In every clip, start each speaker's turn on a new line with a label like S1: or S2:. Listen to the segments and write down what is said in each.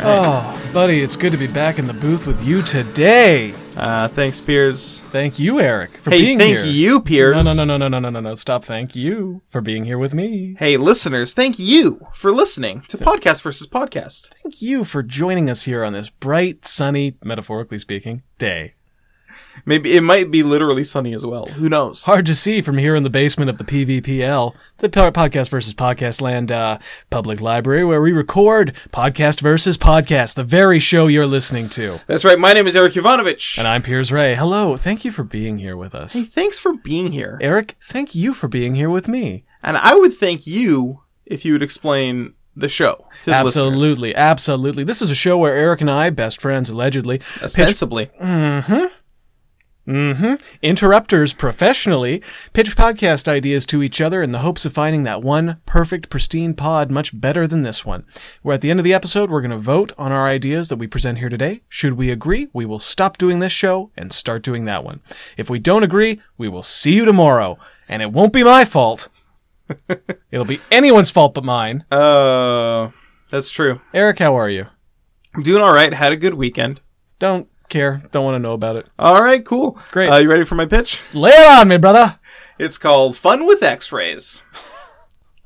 S1: Oh, buddy, it's good to be back in the booth with you today.
S2: Uh, thanks, Piers.
S1: Thank you, Eric, for
S2: Hey,
S1: being
S2: thank
S1: here.
S2: you, Piers.
S1: No, no, no, no, no, no, no, no, no. Stop. Thank you for being here with me.
S2: Hey, listeners, thank you for listening to Podcast versus Podcast.
S1: Thank you for joining us here on this bright, sunny, metaphorically speaking, day.
S2: Maybe it might be literally sunny as well. Who knows?
S1: Hard to see from here in the basement of the PVPL, the P- Podcast versus Podcast Land uh, Public Library, where we record Podcast versus Podcast, the very show you're listening to.
S2: That's right. My name is Eric Ivanovich.
S1: And I'm Piers Ray. Hello. Thank you for being here with us.
S2: hey, thanks for being here.
S1: Eric, thank you for being here with me.
S2: And I would thank you if you would explain the show to the listeners.
S1: Absolutely, absolutely. This is a show where Eric and I, best friends allegedly, pitch
S2: Ostensibly.
S1: interrupters professionally, pitch podcast ideas to each other in the hopes of finding that one perfect, pristine pod much better than this one. Where at the end of the episode, we're going to vote on our ideas that we present here today. Should we agree, we will stop doing this show and start doing that one. If we don't agree, we will see you tomorrow, and it won't be my fault. It'll be anyone's fault but mine.
S2: Uh, that's true.
S1: Eric, how are you?
S2: I'm doing all right. Had a good weekend.
S1: Don't care. Don't want to know about it.
S2: All right, cool.
S1: Great.
S2: Uh, you ready for my pitch?
S1: Lay it on me, brother.
S2: It's called Fun with X-Rays.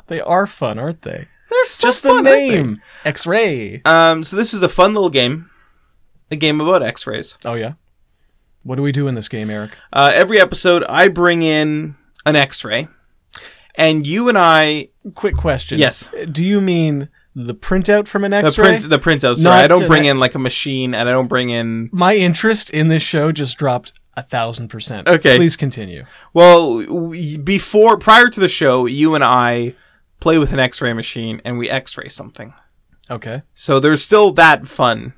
S1: They are fun, aren't they?
S2: They're so
S1: Just
S2: fun,
S1: the
S2: aren't they?
S1: name. X-ray.
S2: Um, so this is a fun little game, a game about X-rays.
S1: Oh yeah. What do we do in this game, Eric?
S2: Uh, every episode, I bring in an X-ray, and you and I
S1: Quick question.
S2: Yes.
S1: Do you mean the printout from an
S2: the
S1: X-ray?
S2: print the printout. Sorry,
S1: Not
S2: I don't
S1: an
S2: bring
S1: e-
S2: in like a machine, and I don't bring in.
S1: My interest in this show just dropped a thousand percent.
S2: Okay.
S1: Please continue.
S2: Well, we, before prior to the show, you and I play with an X-ray machine, and we X-ray something.
S1: Okay.
S2: So there's still that fun.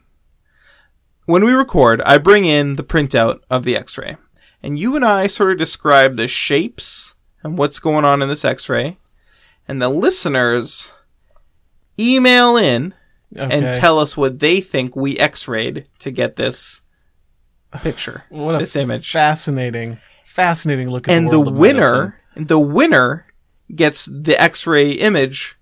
S2: When we record, I bring in the printout of the x ray. And you and I sort of describe the shapes and what's going on in this x ray. And the listeners email in
S1: Okay.
S2: and tell us what they think we x rayed to get this picture,
S1: what a
S2: this image.
S1: fascinating, fascinating look. At
S2: and the
S1: world of medicine.
S2: winner, the winner gets the x ray image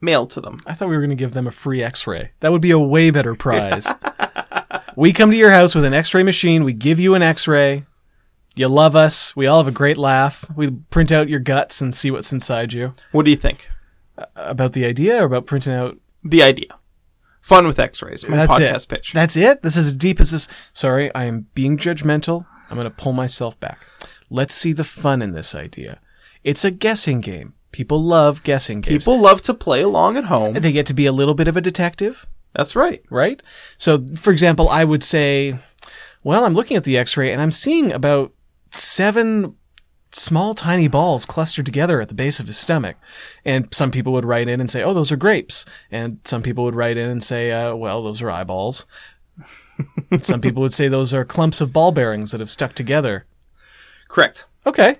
S2: mailed to them.
S1: I thought we were going to give them a free X-ray. That would be a way better prize. we come to your house with an X-ray machine. We give you an X-ray. You love us. We all have a great laugh. We print out your guts and see what's inside you.
S2: What do you think?
S1: About the idea or about printing out?
S2: the idea. Fun with X-rays.
S1: That's
S2: podcast
S1: it.
S2: pitch.
S1: That's it. This is as deep as this. Sorry, I am being judgmental. I'm going to pull myself back. Let's see the fun in this idea. It's a guessing game. People love guessing games.
S2: People love to play along at home.
S1: They get to be a little bit of a detective.
S2: That's right.
S1: right? So, for example, I would say, well, I'm looking at the x ray and I'm seeing about seven small, tiny balls clustered together at the base of his stomach. And some people would write in and say, oh, those are grapes. And some people would write in and say, uh, well, those are eyeballs. some people would say those are clumps of ball bearings that have stuck together.
S2: Correct.
S1: Okay.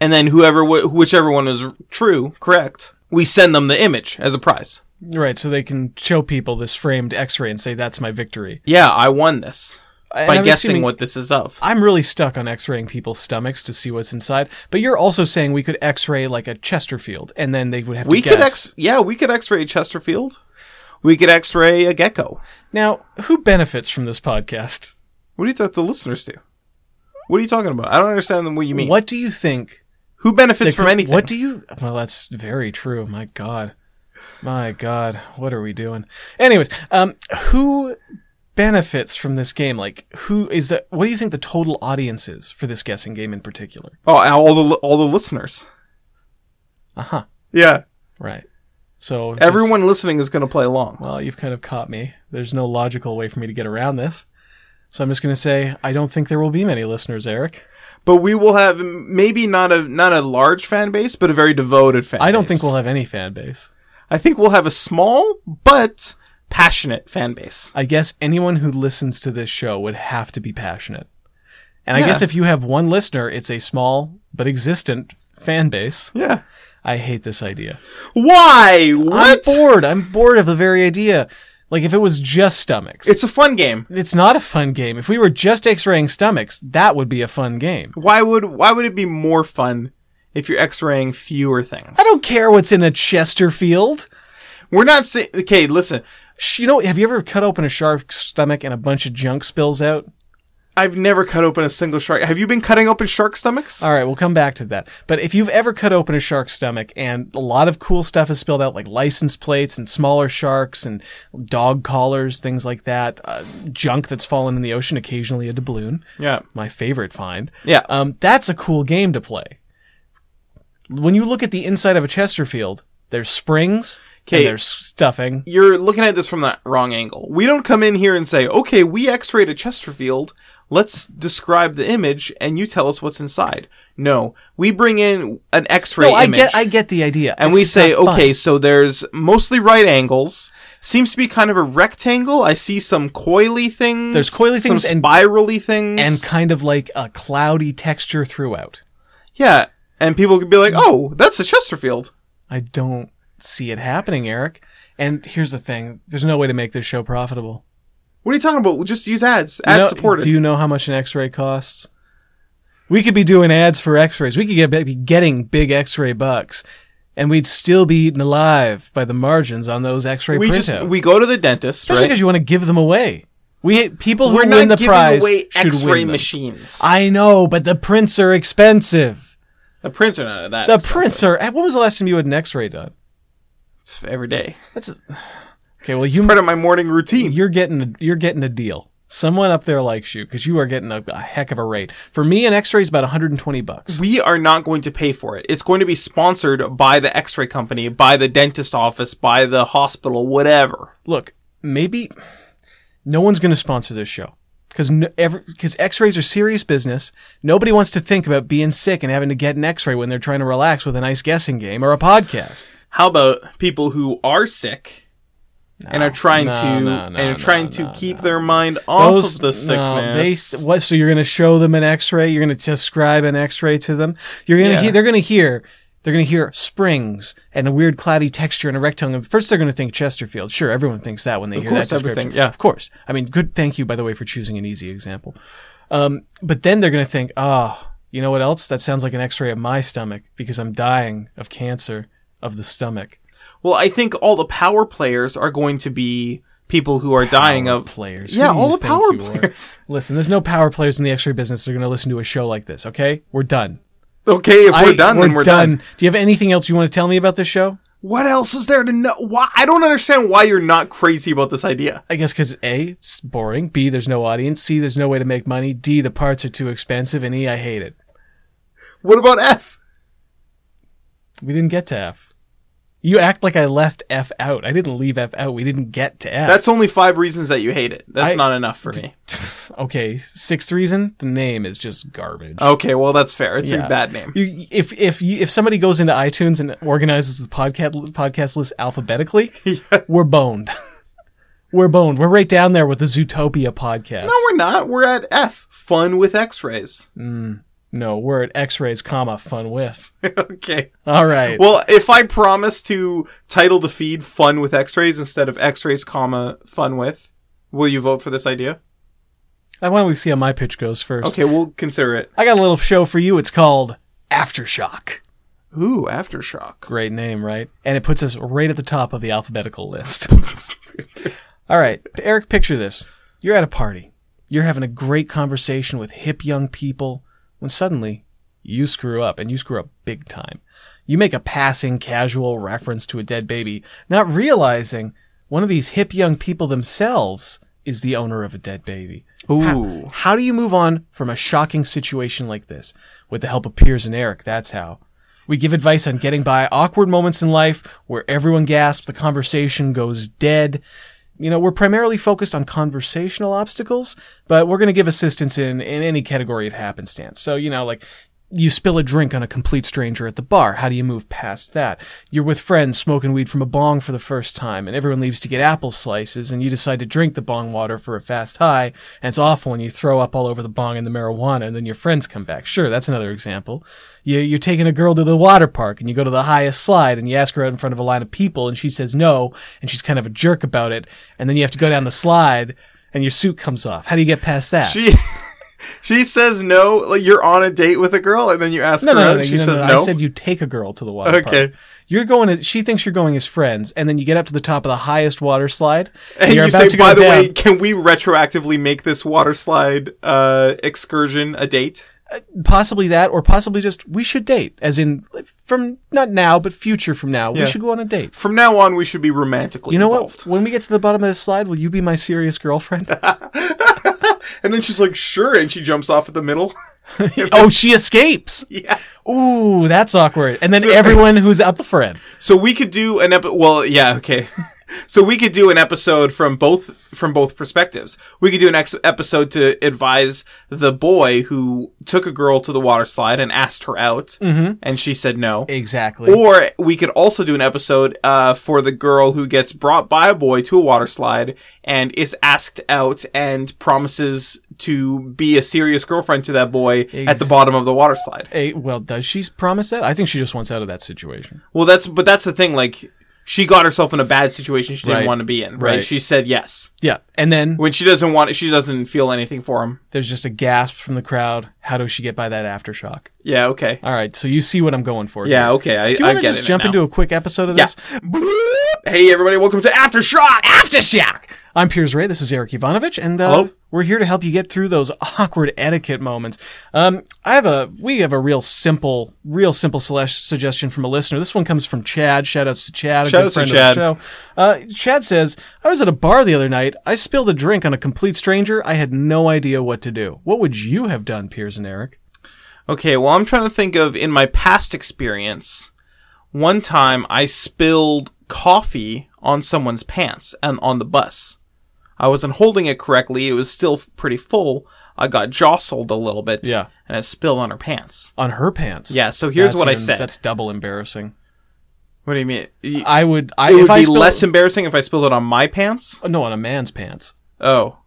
S2: And then whoever, wh- whichever one is r- true, correct, we send them the image as a prize.
S1: Right, so they can show people this framed x ray and say, that's my victory.
S2: Yeah, I won this
S1: And
S2: by
S1: I'm
S2: guessing
S1: assuming-
S2: what this is of.
S1: I'm really stuck on x-raying people's stomachs to see what's inside, but you're also saying we could x-ray like a Chesterfield and then they would have
S2: we
S1: to
S2: could
S1: guess.
S2: x, yeah, we could X-ray Chesterfield. We could X-ray a gecko.
S1: now, who benefits from this podcast?
S2: What do you think the listeners do? What are you talking about? I don't understand what you mean.
S1: What do you think?
S2: Who benefits from anything?
S1: What do you Well, that's very true. My god. My god, what are we doing? Anyways, um who benefits from this game? Like who is the what do you think the total audience is for this guessing game in particular?
S2: oh, all the li- all the listeners.
S1: Uh-huh.
S2: Yeah,
S1: Right. So just-
S2: everyone listening is going to play along.
S1: Well, you've kind of caught me. There's no logical way for me to get around this. So I'm just going to say I don't think there will be many listeners, Eric.
S2: but we will have maybe not a not a large fan base, but a very devoted fan.
S1: I don't
S2: base.
S1: think we'll have any fan base.
S2: I think we'll have a small but passionate fan base.
S1: I guess anyone who listens to this show would have to be passionate. And I
S2: Yeah.
S1: guess if you have one listener, it's a small but existent fan base.
S2: Yeah.
S1: I hate this idea.
S2: Why? What?
S1: I'm bored. I'm bored of the very idea. Like if it was just stomachs.
S2: It's a fun game.
S1: it's not a fun game. If we were just x-raying stomachs, that would be a fun game.
S2: Why would why would it be more fun if you're X-raying fewer things?
S1: I don't care what's in a Chesterfield.
S2: We're not saying. Okay, listen.
S1: Sh- You know, have you ever cut open a shark's stomach and a bunch of junk spills out?
S2: I've never cut open a single shark. Have you been cutting open shark stomachs?
S1: All right, we'll come back to that. But if you've ever cut open a shark's stomach and a lot of cool stuff is spilled out, like license plates and smaller sharks and dog collars, things like that, uh, junk that's fallen in the ocean, occasionally a doubloon,
S2: yeah.
S1: my favorite find.
S2: Yeah.
S1: Um, that's a cool game to play. When you look at the inside of a Chesterfield, there's springs
S2: Okay.
S1: and there's stuffing.
S2: You're looking at this from the wrong angle. We don't come in here and say, okay, we x rayed a Chesterfield. Let's describe the image and you tell us what's inside. No. We bring in an x ray
S1: No, I
S2: image.
S1: get, I get the idea.
S2: and
S1: It's
S2: we
S1: just
S2: say,
S1: not fun.
S2: okay, so there's mostly right angles. Seems to be kind of a rectangle. I see some coily things.
S1: There's coily
S2: some
S1: things and-
S2: spirally things.
S1: and kind of like a cloudy texture throughout.
S2: yeah, and people could be like, "Oh, that's a Chesterfield."
S1: I don't see it happening, Eric. And here's the thing: there's no way to make this show profitable.
S2: What are you talking about? We'll just use ads.
S1: You
S2: Ad
S1: know-
S2: supported.
S1: Do you know how much an X-ray costs? We could be doing ads for X-rays. We could get be getting big X-ray bucks, and we'd still be eaten alive by the margins on those X-ray
S2: we
S1: printouts.
S2: just we go to the dentist,
S1: Especially
S2: right?
S1: because you want to give them away. We people who
S2: We're
S1: win
S2: not
S1: the
S2: giving
S1: prize
S2: away
S1: should
S2: X-ray
S1: win them.
S2: machines.
S1: I know, but the prints are expensive.
S2: the prints are not that.
S1: The
S2: expensive.
S1: prints are. When was the last time you had an X-ray done?
S2: every day.
S1: That's a- okay. Well, you
S2: Part of my morning routine.
S1: you're getting a, you're getting a deal. Someone up there likes you because you are getting a, a heck of a rate. For me, an X-ray is about 120 bucks.
S2: We are not going to pay for it. It's going to be sponsored by the X-ray company, by the dentist office, by the hospital, whatever.
S1: Look, maybe no one's going to sponsor this show because because X-rays are serious business. Nobody wants to think about being sick and having to get an X-ray when they're trying to relax with a nice guessing game or a podcast.
S2: How about people who are sick and are trying
S1: No,
S2: to
S1: no, no,
S2: and are
S1: no,
S2: trying to
S1: no,
S2: keep their mind off of the
S1: no, they
S2: sickness?
S1: s- what? So you're going to show them an X-ray. You're going to describe an X-ray to them. You're going to
S2: Yeah.
S1: hear. They're going to hear. They're going to hear springs and a weird cloudy texture and a rectangle. First, they're going to think Chesterfield. Sure, everyone thinks that when they hear
S2: course,
S1: that
S2: everything,
S1: description.
S2: yeah.
S1: of course. I mean, good. Thank you, by the way, for choosing an easy example. Um, but then they're going to think, ah, you know what else? That sounds like an X-ray of my stomach because I'm dying of cancer of the stomach.
S2: well, I think all the power players are going to be people who are dying of
S1: players. Who
S2: Uh, Yeah,
S1: do
S2: all
S1: you
S2: the
S1: think
S2: power
S1: you are?
S2: players.
S1: Listen, there's no power players in the X-ray business that are going to listen to a show like this. Okay, we're done.
S2: Okay, if we're
S1: I-
S2: done, then we're done.
S1: Do you have anything else you want to tell me about this show?
S2: What else is there to know? Why I don't understand why you're not crazy about this idea.
S1: I guess because a, it's boring. B, there's no audience. C, there's no way to make money. D, the parts are too expensive. And E, I hate it.
S2: What about F?
S1: We didn't get to F. You act like I left F out. I didn't leave F out. We didn't get to F.
S2: That's only five reasons that you hate it. That's
S1: I-
S2: not enough for me.
S1: okay. Sixth reason: the name is just garbage.
S2: Okay, well that's fair. It's
S1: Yeah.
S2: a bad name.
S1: You, if if you, if somebody goes into iTunes and organizes the podcast podcast list alphabetically, we're boned. we're boned. We're right down there with the Zootopia podcast.
S2: No, we're not. We're at F. Fun with X-rays.
S1: No, we're at X-rays, comma fun with.
S2: okay.
S1: All right.
S2: Well, if I promise to title the feed "Fun with X-rays" instead of "X-rays, comma Fun with," will you vote for this idea?
S1: I want to see how my pitch goes first.
S2: Okay, we'll consider it.
S1: I got a little show for you. It's called Aftershock.
S2: Ooh, aftershock.
S1: Great name, right? And it puts us right at the top of the alphabetical list. All right, Eric, picture this. You're at a party. You're having a great conversation with hip young people when suddenly you screw up and you screw up big time. You make a passing casual reference to a dead baby, not realizing one of these hip young people themselves is the owner of a dead baby.
S2: Ooh.
S1: How do you move on from a shocking situation like this? With the help of Piers and Eric, that's how. We give advice on getting by awkward moments in life where everyone gasps, the conversation goes dead. You know, we're primarily focused on conversational obstacles, but we're going to give assistance in, in any category of happenstance. So, you know, like you spill a drink on a complete stranger at the bar. How do you move past that? You're with friends smoking weed from a bong for the first time, and everyone leaves to get apple slices, and you decide to drink the bong water for a fast high, and it's awful, and you throw up all over the bong and the marijuana, and then your friends come back. Sure, that's another example. You, you're taking a girl to the water park, and you go to the highest slide, and you ask her out in front of a line of people, and she says no, and she's kind of a jerk about it, and then you have to go down the slide, and your suit comes off. How do you get past that?
S2: She she says no. Like you're on a date with a girl, and then you ask
S1: No,
S2: her
S1: no,
S2: out,
S1: no, no,
S2: and she
S1: no, no,
S2: says
S1: no.
S2: no.
S1: I said you take a girl to the water
S2: Okay.
S1: park. You're going as she thinks you're going as friends, and then you get up to the top of the highest water slide, and,
S2: And
S1: you're
S2: you
S1: about
S2: say,
S1: to go
S2: by the
S1: down.
S2: way, can we retroactively make this water slide uh, excursion a date?
S1: possibly that, or possibly just we should date, as in from not now, but future from now.
S2: Yeah.
S1: We should go on a date.
S2: From now on, we should be romantically
S1: You know
S2: involved.
S1: what? When we get to the bottom of this slide, will you be my serious girlfriend?
S2: And then she's like, sure, and she jumps off at the middle.
S1: oh, she escapes.
S2: yeah.
S1: Ooh, that's awkward. And then
S2: So-
S1: everyone who's up the friend.
S2: So we could do an epi- well, yeah, okay. so we could do an episode from both from both perspectives. We could do an ex- episode to advise the boy who took a girl to the water slide and asked her out
S1: Mm-hmm.
S2: and she said no.
S1: Exactly.
S2: Or we could also do an episode uh, for the girl who gets brought by a boy to a water slide and is asked out and promises to be a serious girlfriend to that boy at the bottom of the water slide.
S1: A, well, does she promise that? I think she just wants out of that situation.
S2: Well, that's but that's the thing. Like, she got herself in a bad situation she didn't
S1: Right.
S2: want to be in. Right?
S1: Right.
S2: She said yes
S1: Yeah. And then
S2: when she doesn't want. She doesn't feel anything for him.
S1: there's just a gasp from the crowd. How does she get by that aftershock?
S2: Yeah. Okay.
S1: All right. So you see what I'm going for.
S2: Yeah.
S1: Here.
S2: Okay. I,
S1: Do you
S2: I
S1: want
S2: get
S1: to just
S2: it
S1: jump
S2: now.
S1: into a quick episode of
S2: Yeah.
S1: this?
S2: Hey, everybody! Welcome to Aftershock.
S1: Aftershock. I'm Piers Ray. This is Eric Ivanovich, and uh,
S2: Hello.
S1: we're here to help you get through those awkward etiquette moments. Um, I have a we have a real simple, real simple slash suggestion from a listener. This one comes from Chad. Shout outs to Chad, a
S2: Shout
S1: good
S2: outs to
S1: friend
S2: Chad.
S1: of the show. Uh, Chad says, "I was at a bar the other night. I spilled a drink on a complete stranger. I had no idea what to do. What would you have done, Piers and Eric?"
S2: Okay, well, I'm trying to think of in my past experience. One time I spilled coffee on someone's pants and on the bus. I wasn't holding it correctly. It was still f- pretty full. I got jostled a little bit.
S1: Yeah.
S2: And it spilled on her pants.
S1: On her pants.
S2: Yeah, so here's
S1: That's
S2: what I
S1: even-
S2: said.
S1: That's double embarrassing.
S2: What do you mean? Y-
S1: I Uh, would. I,
S2: it
S1: if
S2: would
S1: I
S2: be
S1: spilled-
S2: less embarrassing if I spilled it on my pants?
S1: No, on a man's pants.
S2: Oh.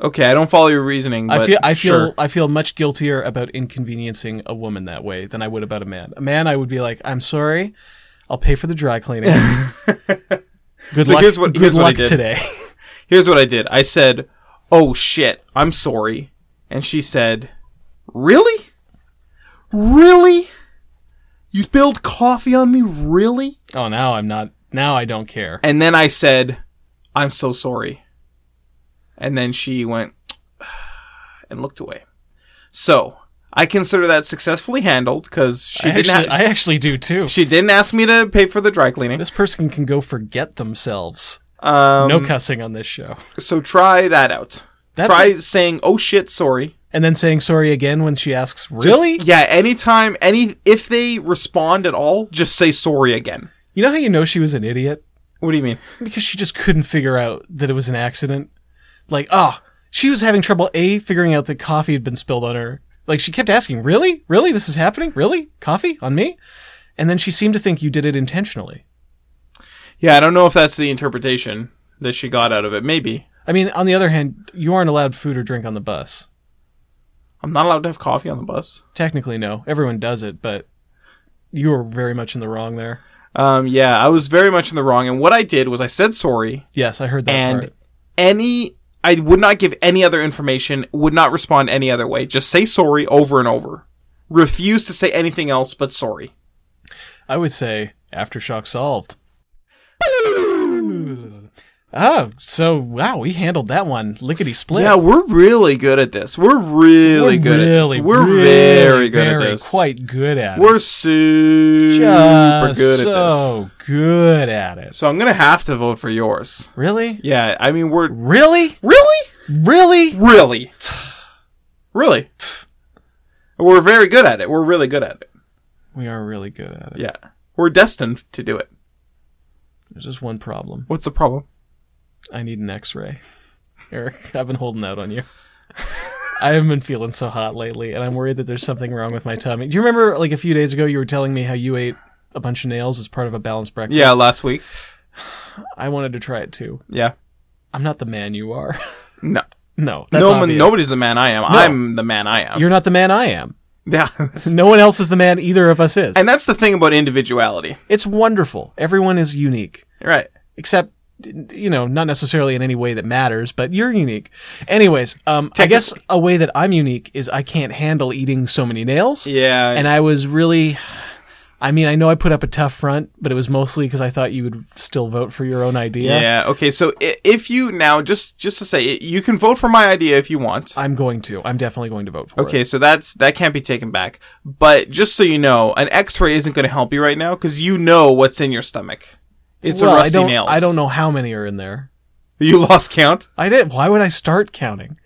S2: Okay, I don't follow your reasoning, but
S1: I feel I feel
S2: sure.
S1: I feel much guiltier about inconveniencing a woman that way than I would about a man. A man, I would be like, I'm sorry, I'll pay for the dry cleaning. good
S2: So
S1: luck.
S2: here's what-
S1: good
S2: here's what I
S1: luck
S2: did.
S1: today.
S2: Here's what I did. I said, "Oh shit, I'm sorry," and she said, "Really? Really? You spilled coffee on me, really?"
S1: oh, now I'm not. Now I don't care.
S2: And then I said, "I'm so sorry," and then she went and looked away. So I consider that successfully handled because she
S1: I
S2: didn't.
S1: actually,
S2: ha-
S1: I actually do too.
S2: she didn't ask me to pay for the dry cleaning.
S1: This person can go forget themselves.
S2: Um,
S1: No cussing on this show.
S2: So try that out.
S1: That's
S2: try saying, "Oh shit, sorry."
S1: And then saying sorry again when she asks, "Really?"
S2: Yeah, anytime any if they respond at all, just say sorry again.
S1: you know how you know she was an idiot
S2: What do you mean?
S1: because she just couldn't figure out that it was an accident. Like, oh, she was having trouble a figuring out that coffee had been spilled on her. Like she kept asking, "Really? Really? This is happening? Really? Coffee on me?" And then she seemed to think you did it intentionally.
S2: Yeah, I don't know if that's the interpretation that she got out of it. Maybe.
S1: I mean, on the other hand, you aren't allowed food or drink on the bus.
S2: I'm not allowed to have coffee on the bus.
S1: Technically, no. Everyone does it, but you were very much in the wrong there.
S2: Um yeah, I was very much in the wrong and what I did was I said sorry
S1: Yes, I heard that
S2: and
S1: part.
S2: any I would not give any other information, would not respond any other way. Just say sorry over and over. Refuse to say anything else but sorry.
S1: I would say aftershock solved. Oh, so wow, we handled that one lickety split.
S2: Yeah, we're really good at this. We're really
S1: We're
S2: good
S1: really,
S2: at this. We're
S1: really,
S2: very good
S1: very
S2: at this.
S1: Quite good at it.
S2: We're super
S1: Just
S2: good at this.
S1: so good at it.
S2: So I'm gonna have to vote for yours.
S1: Really?
S2: Yeah, I mean we're
S1: Really?
S2: really,
S1: Really?
S2: really, really. We're very good at it. We're really good at it.
S1: We are really good at it.
S2: Yeah, we're destined to do it.
S1: There's just one problem.
S2: What's the problem?
S1: I need an X-ray. Eric, I've been holding out on you. I haven't been feeling so hot lately, and I'm worried that there's something wrong with my tummy. Do you remember, like a few days ago, you were telling me how you ate a bunch of nails as part of a balanced breakfast?
S2: Yeah, last week.
S1: I wanted to try it too.
S2: Yeah.
S1: I'm not the man you are.
S2: No,
S1: no, that's
S2: no one,
S1: obvious.
S2: nobody's the man I am. I'm the man I am.
S1: You're not the man I am.
S2: yeah, that's-
S1: No one else is the man either of us is.
S2: and that's the thing about individuality,
S1: It's wonderful. Everyone is unique.
S2: right?
S1: except you know not necessarily in any way that matters but you're unique anyways um i guess a way that i'm unique is i can't handle eating so many nails
S2: Yeah,
S1: and i was really I mean, I know I put up a tough front, but it was mostly because I thought you would still vote for your own idea.
S2: Yeah. Okay. So i- if you now just just to say i- you can vote for my idea if you want.
S1: I'm going to. I'm definitely going to vote for it.
S2: Okay, so that's that can't be taken back. But just so you know, an X-ray isn't going to help you right now because you know what's in your stomach. It's
S1: well,
S2: a rusty
S1: I don't,
S2: nail.
S1: I don't know how many are in there.
S2: You lost count.
S1: I did. Why would I start counting?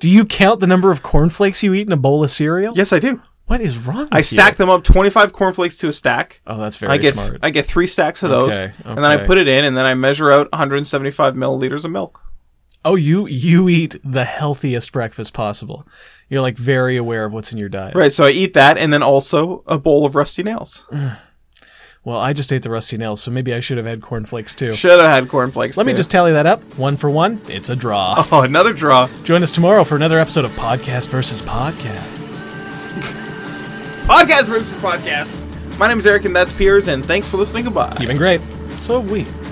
S1: Do you count the number of cornflakes you eat in a bowl of cereal?
S2: Yes, I do.
S1: What is wrong? With
S2: I stack them up, twenty-five cornflakes to a stack.
S1: You? Oh, that's very
S2: I get
S1: smart.
S2: I get three stacks of those,
S1: Okay,
S2: and then I
S1: okay.
S2: put it in, and then I measure out 175 milliliters of milk.
S1: oh, you you eat the healthiest breakfast possible. You're like very aware of what's in your diet.
S2: Right. So I eat that, and then also a bowl of rusty nails.
S1: Well, I just ate the rusty nails, so maybe I should have had cornflakes too.
S2: Should have had cornflakes.
S1: Let me
S2: too.
S1: just tally that up. One for one, it's a draw.
S2: Oh, another draw.
S1: Join us tomorrow for another episode of Podcast versus Podcast.
S2: Podcast versus podcast. My name is Eric, and that's Piers, and thanks for listening. Goodbye.
S1: You've been great. So have we.